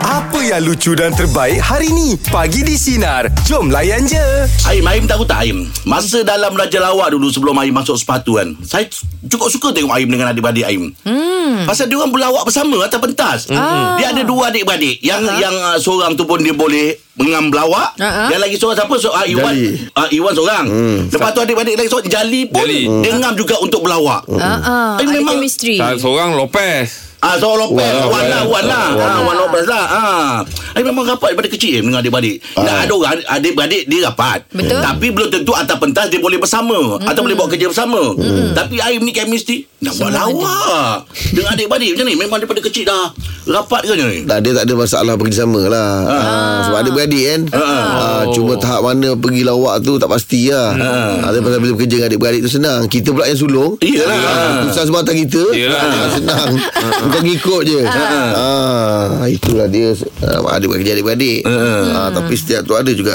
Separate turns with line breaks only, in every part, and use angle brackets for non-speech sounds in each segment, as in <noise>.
Apa yang lucu dan terbaik hari ni? Pagi di Sinar. Jom layan je.
Aim, Aim tahu tak Aim? Masa dalam Raja Lawak dulu sebelum Aim masuk sepatu kan Saya cukup suka tengok Aim dengan adik-beradik Aim hmm. Pasal dia orang berlawak bersama atas pentas hmm. Dia ada dua adik-beradik Yang uh-huh. yang uh, seorang tu pun dia boleh mengam berlawak
Ha-ha.
uh-huh. Yang lagi seorang siapa? So, uh, Iwan
Jali.
uh, Iwan seorang hmm. Lepas tu adik-beradik lagi seorang Jali pun
Jali.
Dia ngam juga untuk berlawak uh-huh.
Ah,
Eh,
ada
memang-
chemistry.
Salah seorang Lopez
Ah, seorang Lopez
Wah,
Wan lah
Wan.
Wan lah Ah, Wan Lopez lah ah. Aim memang rapat daripada kecil Aim dengan adik-beradik Dah ada orang Adik-beradik dia rapat
Betul.
Tapi belum tentu Atas pentas dia boleh bersama Atau boleh buat kerja bersama Tapi Aim ni chemistry Nak buat
Semua ada.
lawak Dengan adik-beradik macam ni Memang daripada kecil dah Rapat ke macam ni
Tak ada tak ada masalah pergi sama lah. Ha. sebab ada beradik kan. Ha. cuma tahap mana pergi lawak tu tak pasti lah. Ha. Tapi pasal bila bekerja dengan adik-beradik tu senang. Kita pula yang sulung.
Iyalah.
Ha. Susah sebatang kita.
Iyalah.
Ha. Senang. Bukan ngikut je. Ha. Itulah dia. Ha. Ada kerja adik-beradik. Ha. Tapi setiap tu ada juga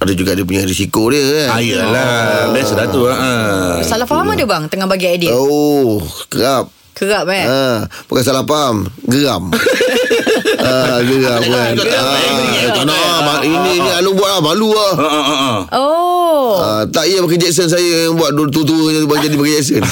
ada juga dia punya risiko dia
Ah,
kan.
Ayolah Best dah tu ah.
Salah faham ada bang tengah bagi idea?
Oh, kerap.
Kerap eh.
Ha, bukan salah faham
<laughs>
Geram ha, Geram kan
Geram, ha,
ha,
eh.
Tak nak ah, ma- Ini ni Alu buat lah Malu lah
Ah, ah, ah, ah.
Oh.
<laughs> ha, Tak ya pakai Jackson Saya yang buat dulu Tua-tua je buat Jadi pakai
<laughs>
Jackson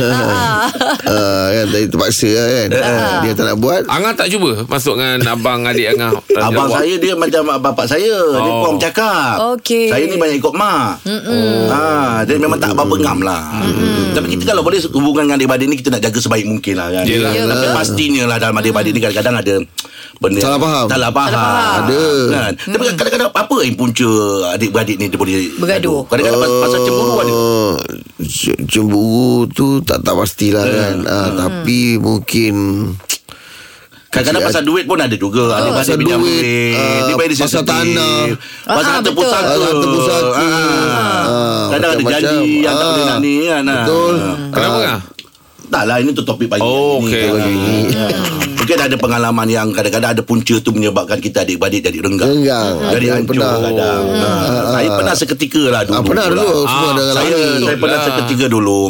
Ah,
ha, kan, Tapi terpaksa lah kan
Ha,
Dia tak nak buat
Angah tak cuba Masuk dengan abang adik
<laughs>
Angah
Abang
Lawak.
saya dia macam bapak saya oh. Dia
Oh.
kurang bercakap
Okey.
Saya ni banyak ikut mak ha, Dia memang tak apa-apa ngam lah Mm-mm. Tapi kita kalau boleh Hubungan dengan adik-adik ni Kita nak jaga sebaik mungkin lah kan
Yelah. Yelah.
Tapi pastinya lah Dalam adik-adik ni kadang-kadang ada Benda
Salah faham.
Salah faham
Ada.
kan? Tapi kadang-kadang apa yang punca Adik-beradik ni dia boleh
Bergaduh.
Kadang-kadang pas- pasal cemburu ada
Oh, c- Cemburu tu Tak tak pastilah
Hmm.
kan ha, Tapi mungkin
Kadang-kadang pasal duit pun ada juga Adik-adik
eh. Pasal
pinjam
duit, ah,
Dia bayar dia
pasal
sensitif.
tanah.
Pasal
Ah,
harta
betul.
pusaka
Harta pusaka. Ah,
ah, Kadang ada
macam-macam.
janji Yang tak
Ah,
boleh nak ni kan ah.
Betul
Kenapa
Ah,
Angah?
Tak lah ini tu topik pagi
Oh,
ni.
okey.
Pagi ni. Mungkin ada pengalaman yang kadang-kadang ada punca tu menyebabkan kita adik-beradik jadi renggang. Ah,
Renggang.
Jadi
Ada yang
hancur
pernah.
kadang. Ha. Saya pernah seketika lah dulu.
Ah, pernah
lah.
dulu Ah. semua
Ah,
ada
Saya,
lari.
saya pernah
Lah.
seketika dulu.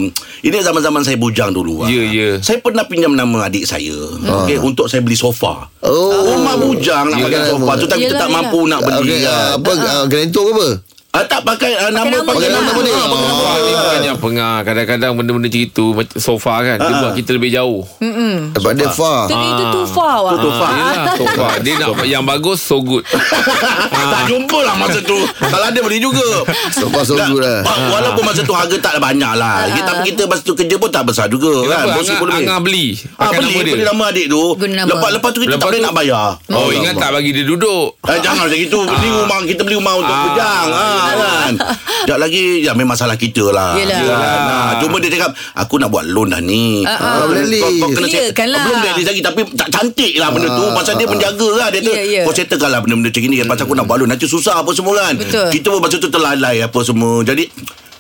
Ini zaman-zaman saya bujang dulu. ah.
Ya, ya.
Saya pernah pinjam nama adik saya.
Ah.
Okey, untuk saya beli sofa.
Oh.
Rumah bujang nak
Yelah,
pakai sofa tu tapi kita
Yelah,
tak
yelah.
mampu Ah, nak beli.
Okey,
kan.
ah, apa uh, Grantor ke apa?
Ah, tak pakai ah, nama
nama
pakai
je
nama
lah.
boleh.
Ah, pakai
Oh.
Wah, ni bukannya pengah Kadang-kadang benda-benda macam itu macam Sofa kan Dia
Ah.
buat kita lebih jauh Ah,
Sebab dia far.
Itu, itu too far ah? wah.
Tu sofa. Ah.
Yelah sofa Dia nak yang bagus So good
<laughs> Tak jumpa lah masa tu Kalau ada beli juga
Sofa so
Tak,
good lah.
wa- Walaupun masa tu harga tak banyak lah
Ah,
kita, Tapi kita masa tu kerja pun tak besar juga kan?
Kenapa
Bos
Angah,
boleh.
Angah beli
Ah,
Pakai
beli,
nama dia
beli nama adik tu
Guna nama.
Lepas, lepas tu kita
Lepas
tak boleh
tu-
nak bayar
Oh ingat tak bagi dia duduk
Eh, jangan macam itu Beli
Ah.
rumah Kita beli rumah untuk
Ah.
bujang ah, kan Sekejap lagi Ya memang salah kita lah
Yelah.
Yelah.
Nah, Cuma dia cakap Aku nak buat loan dah ni
Ah, ah.
Kau-
Blacklist.
kau- kau kena set-
Clearkanlah.
Belum blacklist lagi Tapi tak cantik lah benda tu
Ah,
Pasal dia menjaga lah Dia tu
Ya, ya.
Kau settlekan lah benda-benda macam ni kan Pasal aku nak buat loan Nanti susah apa semua kan
Betul.
Kita pun masa tu terlalai apa semua Jadi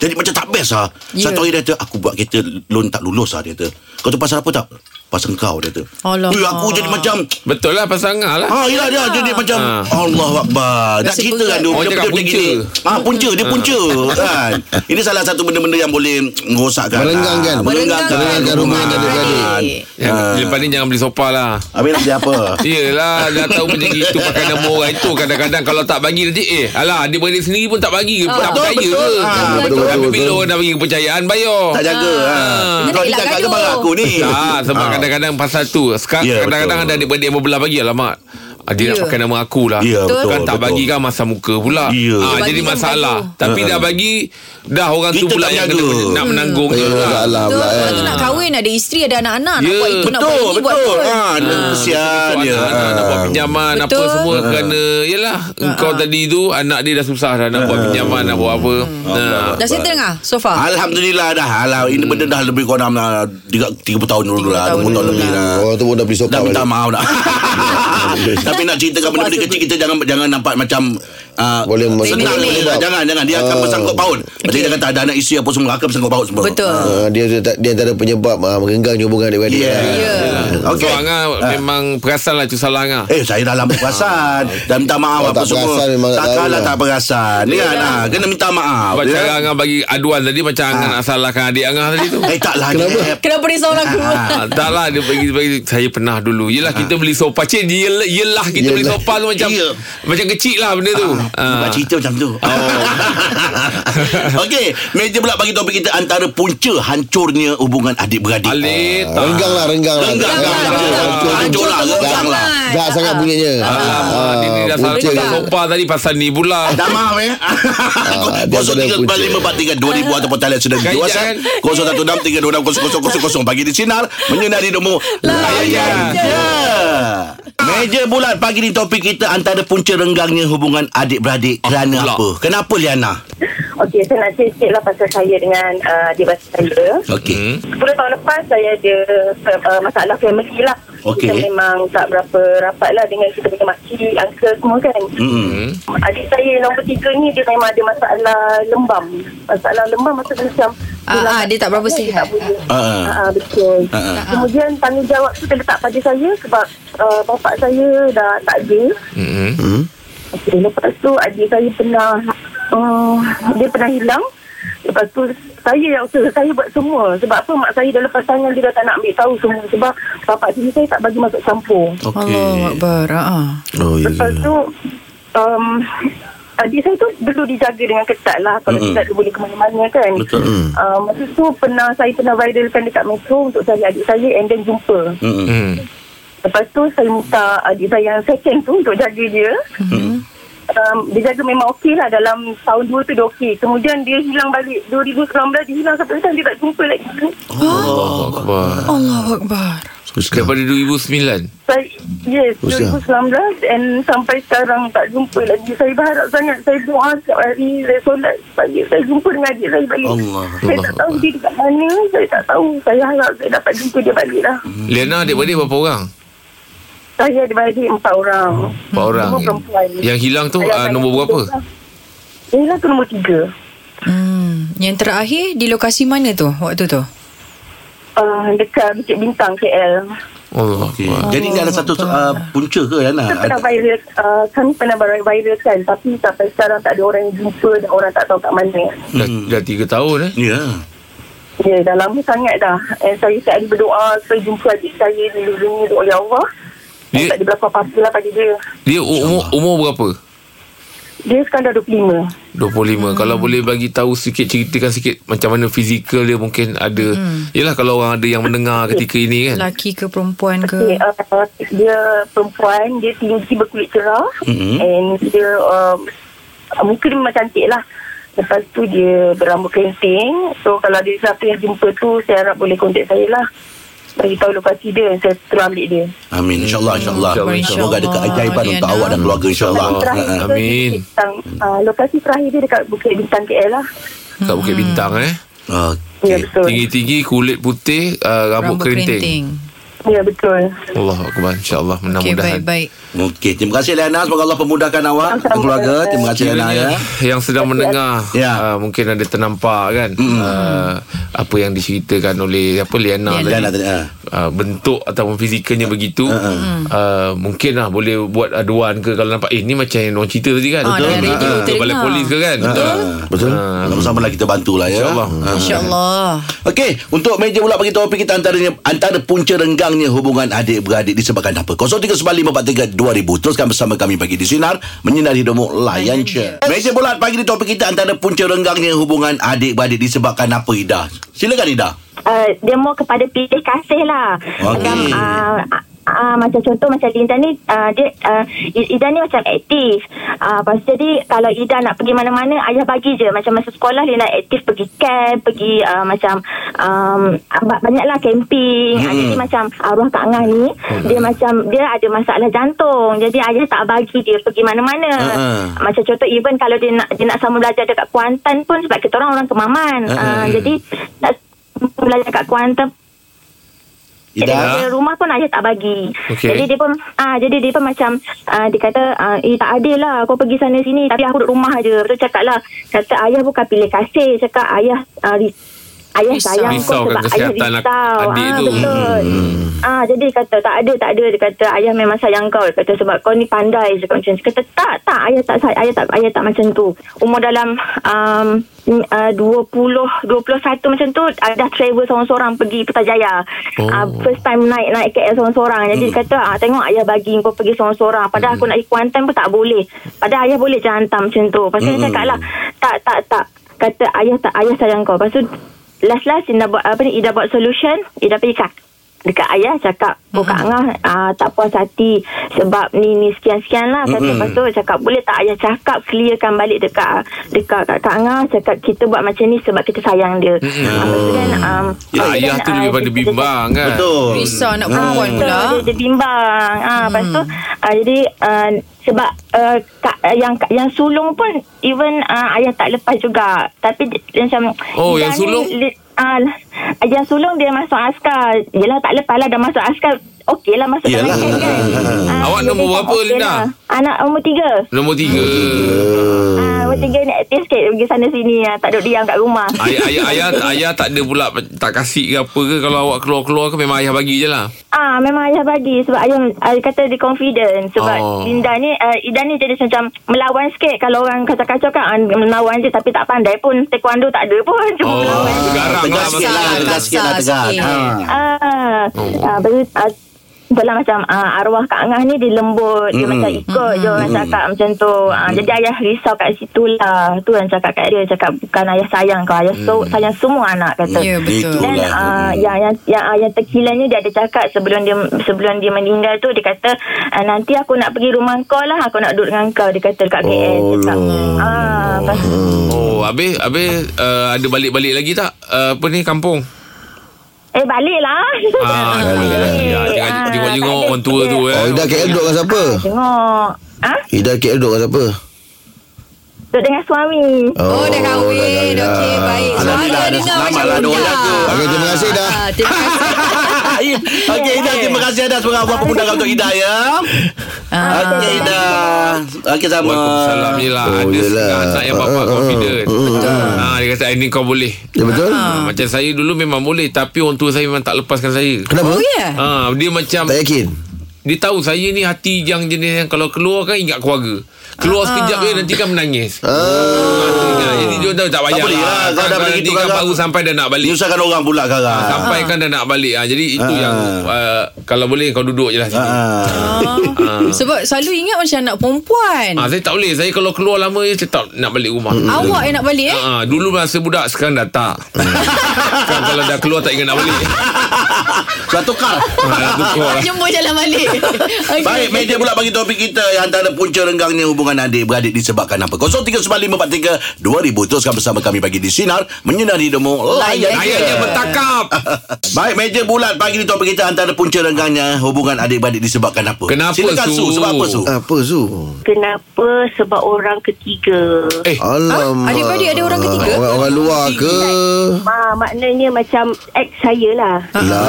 jadi macam tak best lah
Ya.
Satu hari dia kata Aku buat kereta loan tak lulus lah dia kata Kau tu pasal apa tak? Pasal kau dia kata
Alamak.
Ui, Aku jadi macam
Betul lah pasal Angah lah
Ha yelah dia jadi macam
Ha.
Allah Akbar. Nak
Rasa
cerita
berat.
kan dia
Orang
macam
cakap
macam
Oh, punca. Ah.
gini. Ha punca dia punca kan. Ini salah satu benda-benda yang boleh merosakkan.
Merenggangkan.
Ha, merenggangkan
Merenggangkan
rumah yang
hubungan.
adik-beradik.
Yang
Ah.
Lepas ni jangan beli sofa lah
Habis dia
<laughs>
apa?
Yelah Dah tahu macam itu
<laughs>
Pakai nama orang itu Kadang-kadang kalau tak bagi nanti Eh alah Adik beradik sendiri pun tak bagi ke
Ah,
Tak
betul,
percaya
betul.
ke
Ah,
Tapi
betul, betul,
bila
betul.
orang dah bagi kepercayaan Bayar
tak jaga ha.
Kena
Kau ni
elak
cakap
gaduh.
kebal aku ni.
Tak Ah. Sebab
Ha.
kadang-kadang pasal tu Sekarang
Ya,
kadang-kadang
betul.
ada adik-beradik yang berbelah bagi Alamak ah, Dia nak
Ya.
pakai nama aku lah
Ya, betul,
Kan tak
betul.
bagi kan masa muka pula
Ya. Ha.
Ah,
Bagi
Jadi
kan
masalah
gaduh.
Tapi dah bagi Dah orang tu
Kita
pula
tak
yang
jaga.
kena
Hmm.
nak menanggung
Eh,
tu lah.
salah
Betul,
pula
sebab
kan.
tu nak kahwin ada isteri ada anak-anak nak
Ya.
buat itu nak buat
Betul
ini buat
betul.
itu.
Ha dia kesian
Anak,
dia. Ha.
anak nak Ah, buat pinjaman
Betul. Ha.
apa semua kerana yalah engkau tadi tu anak dia dah susah dah nak buat
Ha.
pinjaman nak buat apa.
Hmm.
Nah.
Dah settle tengah sofa.
Ah. Alhamdulillah dah Alah, Ini benda dah lebih kurang dah 30 tahun dulu lah
30
20 tahun lebih lah
Ah, Orang tu pun dah beli sofa
Dah <laughs> minta
<laughs> balik.
maaf dah Tapi nak ceritakan benda-benda kecil Kita jangan jangan nampak macam uh,
Boleh
senang
Boleh
boleh
menyebab.
jangan jangan dia
Oh.
akan bersangkut paut. Macam dia kata ada anak isteri apa semua akan bersangkut paut semua.
Betul.
Ah, dia dia antara penyebab ah, menggenggangnya hubungan adik-beradik. lah.
Yeah.
Ya.
Yeah.
Okay.
Okay.
So Angah memang perasan lah tu salah Angah.
Ha. Eh saya dah lama perasan Dan minta maaf
Kalau
apa
Oh. tak
semua
perasan, memang tak tahu
Takkanlah
lah.
tak perasan Ni kan ah, Kena minta maaf
Sebab
ya. Ha.
cara Angah bagi aduan tadi macam Angah nak salahkan adik Angah tadi tu.
Eh tak lah Kenapa?
Kenapa dia seorang aku?
Ah, tak lah dia bagi, bagi saya pernah dulu. Yelah kita beli sofa. Cik yelah, yelah kita beli
Yelah.
sofa tu macam
Ya.
macam kecil lah benda tu.
Bukan
Ah.
cerita macam tu oh. <laughs> Okey Meja pula bagi topik kita Antara punca Hancurnya hubungan adik-beradik
Alit.
Ah, Renggang lah, renggang lah.
Renggang lah
Renggang.
Hancur lah Renggang lah
Dah
Ah.
sangat bunyinya. Ah,
Alamak, Ah, dia ni dah salah
punca
pasal
dia.
sofa tadi pasal ni pula.
Dah maaf eh Ah,
dia sebenarnya punca.
0345432000 ataupun talian sudah di
Kan,
WhatsApp 0163260000 pagi di sinar menyinari demo layan je. Meja bulat pagi ni topik kita antara punca renggangnya hubungan adik-beradik kerana
pula.
apa? Kenapa Liana?
Okey, saya nak cerita sikit lah pasal saya dengan uh, dia bahasa saya.
Okey.
10 tahun lepas saya ada uh, masalah family lah.
Okey.
Kita memang tak berapa rapat lah dengan kita punya makcik, uncle semua kan.
Hmm.
Adik saya nombor tiga ni dia memang ada masalah lembam. Masalah lembam maksudnya macam...
Ah,
dia
ah,
nak-
dia tak berapa
dia
sihat.
tak boleh.
Ah.
Ah, ah, betul.
Ah, ah.
Kemudian tanggungjawab tu terletak pada saya sebab uh, bapak saya dah tak ada.
Hmm.
Okay, lepas tu adik saya pernah uh, dia pernah hilang. Lepas tu saya yang usaha saya buat semua sebab apa mak saya dah lepas tangan dia dah tak nak ambil tahu semua sebab bapak sini saya tak bagi masuk campur.
Allah
Okey.
Akbar. Ah.
Oh, ya.
Lepas tu um, adik saya tu dulu dijaga dengan ketat lah kalau
Mm-mm.
mm-hmm. tidak dia boleh ke mana-mana kan.
Betul.
Uh, masa tu pernah saya pernah viralkan dekat metro untuk saya adik saya and then jumpa.
Hmm.
Hmm.
Lepas tu saya minta adik saya yang second tu untuk jaga dia.
Hmm.
Um, dia jaga memang okey lah dalam tahun dua tu dia okey. Kemudian dia hilang balik 2019 dia hilang sampai sekarang dia tak jumpa lagi.
Allah Akbar.
Allah Akbar.
Susah.
Daripada 2009.
Saya, yes,
Usia.
2019 and sampai sekarang tak jumpa lagi. Saya berharap sangat. Saya doa setiap hari. Saya solat pagi. Saya jumpa dengan adik saya balik.
Allah.
Saya tak tahu dia dekat mana. Saya tak tahu. Saya harap saya dapat jumpa dia balik lah.
Liana adik-beradik berapa orang?
Saya ada beradik empat orang.
Empat orang.
Semua perempuan.
Yang hilang tu ah,
Saya
nombor berapa?
Dia hilang tu nombor tiga.
Hmm. Yang terakhir di lokasi mana tu waktu tu?
Uh, dekat Bukit Bintang, KL.
Ah, Oh, Allah
Okey.
Akbar.
Hmm. Jadi ni ada satu uh, punca ke Liana?
Kita pernah viral, uh, kami pernah viral- viralkan tapi sampai sekarang tak ada orang yang jumpa dan orang tak tahu kat mana.
Dah, dah tiga tahun eh.
Ya.
Ya, dah lama sangat dah. And saya setiap hari berdoa, saya jumpa adik saya dulu-dulu, doa ya Allah. Saya
Dia-
tak ada berapa apa-apa lah pada dia.
Dia u- umur umur berapa?
Dia sekarang dah 25.
25 hmm. Kalau boleh bagi tahu sikit Ceritakan sikit Macam mana fizikal dia mungkin ada hmm. Yelah kalau orang ada yang mendengar ketika ini kan
Lelaki ke perempuan ke?
Okay, uh, dia perempuan, dia tinggi berkulit cerah
Mhm.
mm-hmm. and dia um, muka dia memang cantik lah. Lepas tu dia berambut keriting. So kalau ada siapa yang jumpa tu saya harap boleh kontak saya lah. Bagi tahu lokasi dia saya terus ambil dia.
Amin insyaallah insyaallah.
Insyaallah, insyaallah.
Semoga ada keajaiban untuk
Liana.
awak dan keluarga insyaallah.
Lokasi terakhir
Ha, ha.
tu
amin.
Bukit Bintang. Ah, lokasi terakhir dia dekat Bukit Bintang KL lah.
Kat Bukit Bintang eh
Ya
Okey.
betul.
Tinggi-tinggi kulit putih uh, Rambut, rambut kerinting.
Ya betul.
Allah Akbar InsyaAllah
Okey,
Mudah-mudahan
baik-baik.
Okey, terima kasih Liana. Semoga Allah pemudahkan awak dan keluarga. Terima kasih Liana ya.
Kiranya yang sedang mendengar
Ya. Hmm.
uh, mungkin ada ternampak kan uh, apa yang diceritakan oleh apa Liana,
Liana tadi,
tadi
ha.
uh, bentuk ataupun fizikalnya begitu uh, mungkin lah boleh buat aduan ke kalau nampak eh ni macam yang orang cerita tadi kan
Ah,
Oh,
dalam radio
Ah, ke
terdengar.
balai polis ke kan
Ha,
Betul?
Sama-sama lah kita bantulah ya.
InsyaAllah.
Ha.
InsyaAllah.
Okey, untuk meja pula bagi topik kita antaranya antara punca renggangnya hubungan adik-beradik disebabkan apa? 0395432000. Teruskan bersama kami pagi di sinar menyinari hidupmu layan je. Meja bulat pagi di topik kita antara punca renggangnya hubungan adik-beradik disebabkan apa Ida? Silakan Ida.
Uh, dia more kepada pilih kasih lah.
Okey.
Macam, uh, uh, macam contoh macam Linda ni uh, dia uh, I- Ida ni macam aktif. Uh, lepas tu jadi kalau Ida nak pergi mana-mana ayah bagi je. Macam masa sekolah dia nak aktif pergi camp, pergi uh, macam um, ba- banyaklah camping. Hmm. Jadi macam arwah Kak Ngah ni dia macam dia ada masalah jantung. Jadi ayah tak bagi dia pergi mana-mana.
Ha-ha.
Macam contoh even kalau dia nak dia nak sambung belajar dekat Kuantan pun sebab Ah, kita orang orang Kemaman.
Ha-ha.
Uh, jadi nak belajar kat Kuantan
Ida.
Ida. Daripada rumah pun ayah tak bagi.
Okey.
Jadi dia pun ah jadi dia pun macam ah, dia kata ah, eh tak adil lah kau pergi sana sini tapi aku duduk rumah je. Lepas tu cakap lah kata ayah bukan pilih kasih cakap ayah ah, ri- Ayah
Risau.
Eh, sayang kau
Risaukan
sebab ayah
kesihatan
risau.
adik
ah,
tu. Hmm.
Betul. Ah, jadi dia kata tak ada, tak ada. Dia kata ayah memang sayang kau. Dia kata sebab kau ni pandai. Dia kata macam tu. Dia kata tak, tak. Ayah tak, say- ayah tak, ayah tak macam tu. Umur dalam um, uh, 20, 21 macam tu. Uh, dah travel seorang-seorang pergi Putrajaya.
Oh.
Oh. Uh, first time naik naik KL seorang-seorang. Jadi dia
Hmm.
kata ah, tengok ayah bagi kau pergi seorang-seorang. Padahal aku nak pergi Kuantan pun tak boleh. Padahal ayah boleh je hantar macam tu. Lepas
Hmm.
tu dia cakap lah tak, tak, tak. Kata ayah tak, ayah sayang kau. Lepas tu last-last Ida buat apa ni? Ida buat solution. Ida pergi kat dekat ayah cakap oh
Hmm.
Kak Angah uh, tak puas hati sebab ni ni sekian-sekian lah kata
Hmm.
lepas tu cakap boleh tak ayah cakap clearkan balik dekat dekat Kak, Kak Angah cakap kita buat macam ni sebab kita sayang dia Ah, lepas tu kan,
Ya,
um, lepas tu
Hmm. ayah
kan,
tu
ah,
daripada
dia- dia-
bimbang kan.
Betul.
Risau anak
Hmm.
perempuan Ah,
Hmm.
pula.
Betul, dia, dia bimbang. Ah ha, lepas tu ah, jadi ah, sebab ah, kak, yang yang sulung pun even ah, ayah tak lepas juga. Tapi dia- dia macam
Oh,
dia
yang
ni
sulung?
li- ah, yang sulung dia masuk askar. Yelah tak lepas lah dah masuk askar. Okey lah masuk
Yelah.
dalam
<laughs>
kan. Ah,
Awak
dia
nombor
cakap,
berapa,
okey
Linda?
lah. Anak umur tiga.
Nombor tiga.
Ah,
Hmm.
umur tiga ni aktif sikit pergi sana sini. Ah, tak duduk diam kat rumah.
Ayah, ayah, ayah, ayah tak ada pula tak kasih ke apa ke kalau awak keluar-keluar ke memang ayah bagi je lah.
Ah, memang ayah bagi sebab ayah, ayah kata dia confident sebab
Oh.
oh. Linda ni uh, Ida ni jadi macam melawan sikit kalau orang kacau-kacau kan ah, melawan je tapi tak pandai pun taekwondo tak ada pun <laughs> cuma
Oh,
melawan je.
garang lah
Tegas sikit lah.
masalah.
Tegas sikit lah.
Kasar
Tegas.
sikit.
Ha.
Ah, ah betul ah, Betul macam ah, arwah Kak Angah ni dia lembut Dia macam ikut je orang cakap macam tu ah, Jadi ayah risau kat situ lah Tu yang cakap kat dia Cakap bukan ayah sayang kau Ayah so, sayang semua anak kata
Ya, betul.
Itu.
Dan
Itulah.
Ah.
uh, yang yang yang uh, yang terkilanya dia ada cakap sebelum dia sebelum dia meninggal tu dia kata uh, nanti aku nak pergi rumah kau lah aku nak duduk dengan kau dia kata dekat KL
Oh,
cakap.
lah.
Ah, pas-
Hmm.
Oh, habis habis uh, ada balik-balik lagi tak? Uh, apa ni kampung?
eh balik lah.
Ah,
<laughs>
ya, jangan
Ah,
tengok-tengok
tak ada.
orang tua tu eh.
Oh, Ida KL duduk dengan siapa?
Tengok. Ah,
Ida KL duduk dengan siapa?
duduk dengan suami.
Oh, dah kahwin.
dah Ah.
Okey, baik. Suara
Alhamdulillah, ada
dengar
selamat
macam
lah ada
muda.
orang tu.
Okey, terima kasih dah.
Ah, Terima kasih.
Okey Ida terima kasih Ida semoga apa pun untuk Ida ya. Okey
Ah.
Ida. Okey sama.
Waalaikumsalam Yelah
Oh,
oh, Ada
yelah.
setengah anak yang bapak
Ah, ah,
confident
Hmm,
ha, Dia kata "Ah, Ini kau boleh
Ya betul?
Ah.
ha, Macam saya dulu memang boleh Tapi orang tua saya memang tak lepaskan saya
Kenapa?
Oh, ya.
ha, Dia macam
Tak yakin?
Dia tahu saya ni hati yang jenis yang Kalau keluar kan ingat keluarga Keluar sekejap je nanti kan menangis ha, Jadi dia tahu tak payah
Ah. boleh lah, kau dah
Kan,
begitu
Nanti kan
kakak.
baru sampai dah nak balik
Nyusahkan orang pula
Ha,
sekarang.
Sampai kan dah nak balik ha, Jadi itu yang uh, Kalau boleh kau duduk je lah sini ha.
Ah.
Ah. Sebab selalu ingat macam anak perempuan.
Ha, saya tak boleh Saya kalau keluar lama je Saya tak nak balik rumah
Hmm,
Awak yang nak balik eh?
Ah, dulu masa budak sekarang dah tak. Hmm. sekarang kalau dah keluar tak ingat nak balik.
Sudah
<laughs>
tukar.
Ah, dah tukar lah.
Jumpa jalan balik. Okey.
Baik, media pula bagi topik kita yang antara punca renggangnya hubungan adik-beradik disebabkan apa? 0395432000 teruskan bersama kami bagi di Sinar menyinari hidupmu layan je.
Ayahnya bertakap.
<laughs> Baik, meja bulat pagi ni topik kita antara punca renggangnya hubungan adik-beradik disebabkan apa?
Kenapa,
Silakan, Su?
Su?
Sebab apa, Su?
Apa Su?
Kenapa sebab orang ketiga?
Eh,
Alamak.
Adik-beradik Ah, ada orang ketiga?
Orang, orang luar ke?
Ah.
Ma, Ah, maknanya macam ex saya lah.
Ah,
Lah.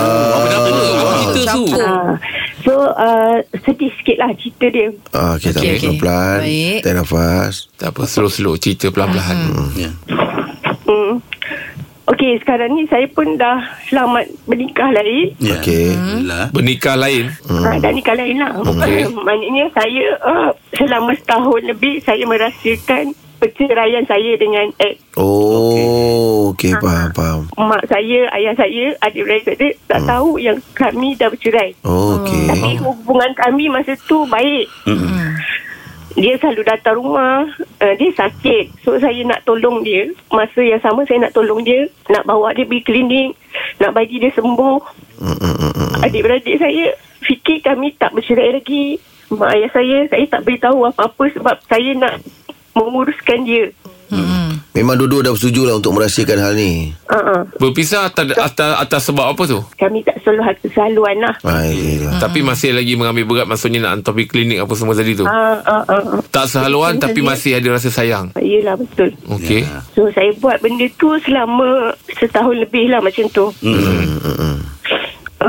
kenapa? Apa cerita tu?
Hmm.
Campur.
Ha. So, uh, sedih sikit lah cerita dia.
Ah, okay, tak
Okey,
okay,
okey.
pelan-pelan.
Baik.
Tarik nafas.
Tak apa, slow-slow. Cerita perlahan-lahan.
Ya.
Hmm. Okey, sekarang ni saya pun dah selamat bernikah lagi.
Ya.
Okey.
Hmm.
Alhamdulillah.
Bernikah lain.
Hmm. Ha, dah nikah lain lah.
Okey.
<laughs> maknanya saya uh, selama setahun lebih saya merasakan perceraian saya dengan ex.
Oh, okey, okay, faham, faham.
Mak saya, ayah saya, adik-beradik saya tak hmm. tahu yang kami dah bercerai.
Oh, okey.
Hmm.
Tapi hubungan kami masa tu baik. Dia selalu datang rumah, uh, dia sakit. So saya nak tolong dia. Masa yang sama saya nak tolong dia, nak bawa dia pergi klinik, nak bagi dia sembuh.
Mm, mm, mm, mm.
Adik-beradik saya fikir kami tak bercerai lagi. Mak ayah saya, saya tak beritahu apa-apa sebab saya nak menguruskan dia.
Memang dua-dua dah bersetuju lah untuk merahsiakan hal ni.
Uh-uh.
Berpisah atas, atas, atas sebab apa tu?
Kami tak selalu hati saluan lah.
Ya.
Baiklah.
Tapi masih lagi mengambil berat maksudnya nak hantar pergi klinik apa semua tadi tu.
Uh, uh, uh, uh.
Tak sehaluan tapi masih ada rasa sayang.
Yelah betul.
Okey.
Ya.
So saya buat benda tu selama setahun lebih lah macam tu.
Mm.
Mm, mm, mm.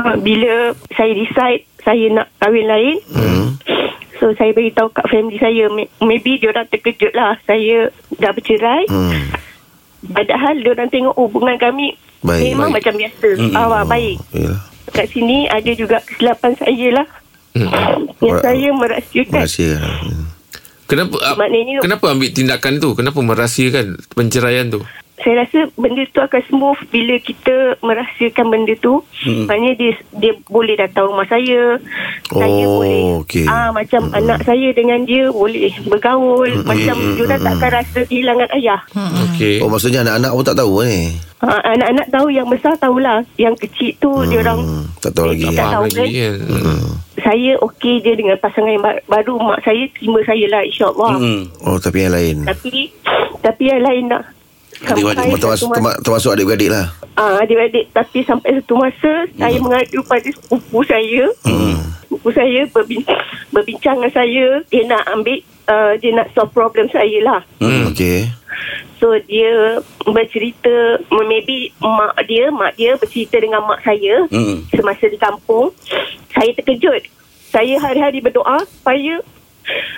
uh, bila saya decide saya nak kahwin lain hmm. so saya beritahu kat family saya May- maybe diorang terkejut lah saya dah bercerai hmm. padahal diorang tengok oh, hubungan kami
Baik,
memang
baik.
macam biasa hmm. awal baik
Oh, Yalah.
kat sini ada juga kesilapan saya lah yang
Ora-
saya merahsiakan
Rahsia
Kenapa ah,
Maknanya-
kenapa ambil tindakan tu? Kenapa merahsiakan penceraian tu?
saya rasa benda tu akan smooth bila kita merahsiakan benda tu. Hmm. Maknanya dia dia boleh datang rumah saya. Oh, saya
Oh,
boleh.
okey.
Ah macam hmm. anak saya dengan dia boleh bergaul. Hmm. Macam hmm. dia tak akan rasa kehilangan ayah. Hmm.
Okey.
Oh maksudnya anak-anak pun tak tahu eh? ni
Ah, anak-anak tahu yang besar tahulah. Yang kecil tu hmm. dia orang
hmm, Tak tahu lagi
tak
Faham
tahu,
lagi kan.
saya okey je dengan pasangan yang ba- baru mak saya terima saya lah insya-Allah. Hmm.
Hmm.
Oh tapi yang lain
Tapi tapi yang lain nak
Adik-adik,
Termasuk,
sampai satu masa-
terma- termasuk adik-beradik lah
Ah, adik-adik tapi sampai satu masa hmm. saya mengadu pada sepupu saya. Hmm. Sepupu saya berbincang, berbincang dengan saya, dia nak ambil uh, dia nak solve problem saya lah.
hmm. Okay
So dia bercerita maybe mak dia, mak dia bercerita dengan mak saya
Hmm.
semasa di kampung. Saya terkejut. Saya hari-hari berdoa supaya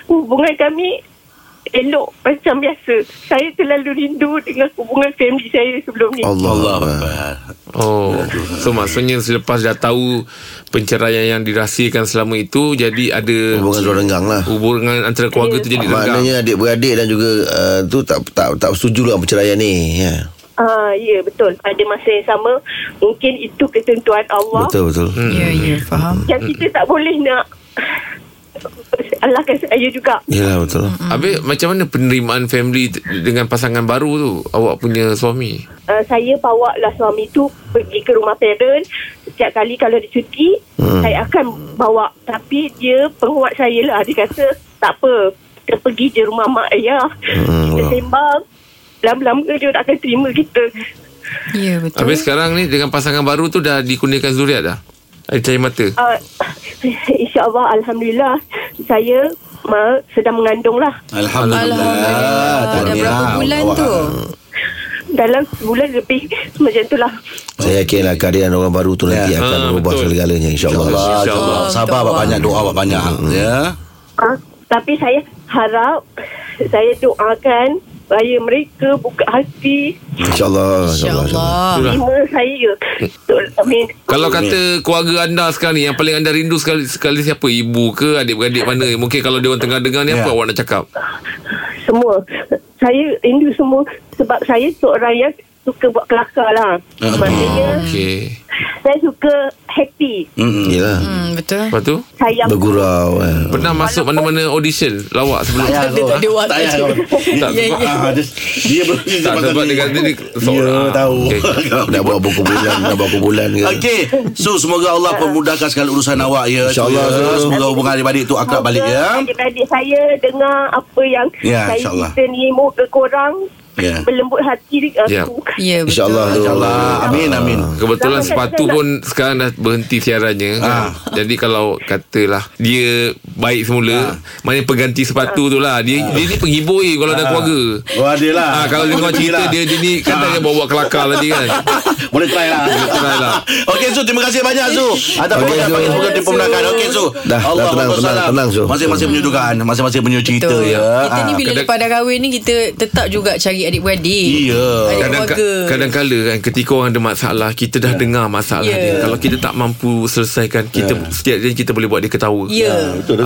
hubungan kami elok macam biasa. Saya terlalu rindu dengan hubungan family saya sebelum ni.
Allah,
Allah
Allah.
Akbar.
Oh,
Ya,
so maksudnya selepas dah tahu penceraian yang dirahsiakan selama itu jadi ada
Hubungan sudah renggang lah
hubungan antara keluarga tu jadi renggang.
Maknanya adik-beradik dan juga uh, tu tak tak tak setuju lah perceraian ni ya.
Ah, ya betul. Pada masa yang sama mungkin itu ketentuan Allah betul.
Betul betul hmm.
Ya, ya, faham.
yang kita tak boleh nak salahkan saya juga.
Yelah betul hmm.
Habis macam mana penerimaan family t- dengan pasangan baru tu awak punya suami?
Uh, saya bawa lah suami tu pergi ke rumah parent setiap kali kalau dia cuti hmm. saya akan bawa tapi dia penguat saya lah dia kata tak apa kita pergi je rumah mak ayah hmm, kita
wow.
sembang lama-lama dia tak akan terima kita
Ya, betul.
Habis sekarang ni dengan pasangan baru tu dah dikurniakan zuriat dah? Air cahaya mata?
uh, insyaAllah Alhamdulillah saya ma, sedang mengandung lah
Alhamdulillah.
Alhamdulillah. Dah berapa
Tahniah.
bulan
Ah, Awak-
tu?
dalam sebulan lebih macam itulah
Saya yakin lah kehadiran orang baru tu nanti
Ya.
akan
Ah,
berubah
betul.
segala-galanya insyaAllah
InsyaAllah
InsyaAllah.
InsyaAllah Sabar awak
Untuk awak.
banyak Doa awak banyak Ya
ha? tapi saya harap saya doakan saya mereka buka hati
InsyaAllah InsyaAllah insyaAllah.
InsyaAllah.
Itulah.
terima saya So, I mean,
Kalau kata keluarga anda sekarang ni Yang paling anda rindu sekali sekali siapa? Ibu ke adik-beradik mana? Mungkin kalau dia orang tengah dengar ni
Ya.
Apa awak nak cakap?
semua saya rindu semua sebab saya seorang yang suka buat kelakar lah
Ah.
maksudnya
Okey
saya suka happy
Mm-mm.
Yelah
Hmm, betul.
Lepas tu?
saya
Bergurau eh.
Pernah masuk mana-mana audition lawak sebelum?
payah
Dia
kau.
tak ada waktu.
Ya, Tak payah kau.
Tak,
<laughs> Ya, ya.
Ah, dia- Dia ber-
Tak sebab dia kata dia
Ya
seorang.
tahu
Okey.
Nak buat buku bulan Nak buat buku bulan ke
<laughs> Okey So semoga Allah Pemudahkan segala urusan awak ya
InsyaAllah.
Ya, Semoga hubungan adik-adik tu Akrab balik ya
Adik-adik saya dengar apa yang
Ya,
saya
insyaAllah.
cerita ni moga korang
Ya.
berlembut hati uh,
Ya.
Ya, betul.
InsyaAllah tu
InsyaAllah Amin amin
Kebetulan
Lama
sepatu
saya tak-
pun sekarang dah berhenti siarannya. Ha.
Ah.
Jadi kalau katalah dia
Ah.
baik semula, ha. maknanya pengganti sepatu tu lah. Dia, dia ni penghibur eh kalau ha. dah keluarga.
Oh ada lah Ah.
Ah, kalau dengar cerita dia, dia ni kan dia bawa kelakar tadi kan.
Boleh try lah Boleh
try lah.
<laughs> Okey Su Terima kasih banyak Su Atas
Okey,
okay,
Su.
Panggil semoga dia pemudahkan Okey Su
Dah, dah
Allah
tenang,
Akbar,
tenang,
salam.
tenang, Su.
Masing-masing punya dugaan Masing-masing punya cerita
Betul.
ya
Kita ni
Ah.
bila
kadang-
lepas dah kahwin ni kita tetap juga cari adik-beradik.
Ya.
Adik
Kadang
keluarga.
kadang kala kan ketika orang ada masalah kita dah dengar masalah
Ya.
yeah. dia. Kalau kita tak mampu selesaikan kita
Ya.
setiap dia kita boleh buat dia ketawa.
Ya.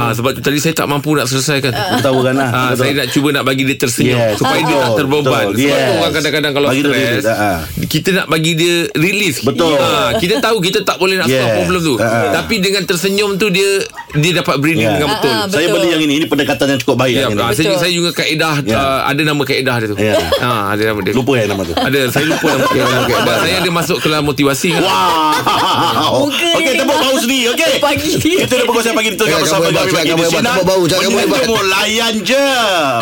Ah sebab tu tadi saya tak mampu nak selesaikan.
Ketawakan lah
Ah,
Betul.
saya nak cuba nak bagi dia tersenyum
Yes,
yes, supaya dia
betul,
tak terbeban.
betul,
Sebab tu
yes.
orang kadang-kadang kalau
Bagi dia
stres,
release, ah, ah.
kita nak bagi dia release.
Betul.
Ah, kita tahu kita tak boleh nak
Yes,
solve problem tu.
ah, ah.
Tapi dengan tersenyum tu dia dia dapat breathing
Yeah.
dengan
Ah,
betul.
ah,
Saya
Betul.
beli yang ini Ini pendekatan yang cukup baik
Ya,
yang ini.
ah, saya, saya juga kaedah
Ya.
ah, ada nama kaedah dia tu.
Ya.
Ah, ada nama dia.
Lupa ya nama tu
Ada saya lupa nama kaedah. Sebab saya ada masuk kelas motivasi.
Wow.
Muka dia
Okey, tepuk
tengok.
bahu sendiri. Okey.
Pagi.
<laughs> Kita dah pukul saya pagi itu
Jangan
bersama
kamu hebat,
kami
jangan
pagi
kamu
di
hebat.
sini.
Tepuk bahu, jangan kamu hebat.
Menyumu layan je.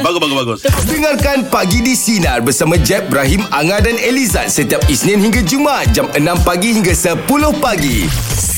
Bagus bagus bagus.
Dengarkan Pagi di Sinar bersama Jeb, Ibrahim, Anga dan Elizad setiap Isnin hingga Jumaat jam 6 pagi hingga 10 pagi.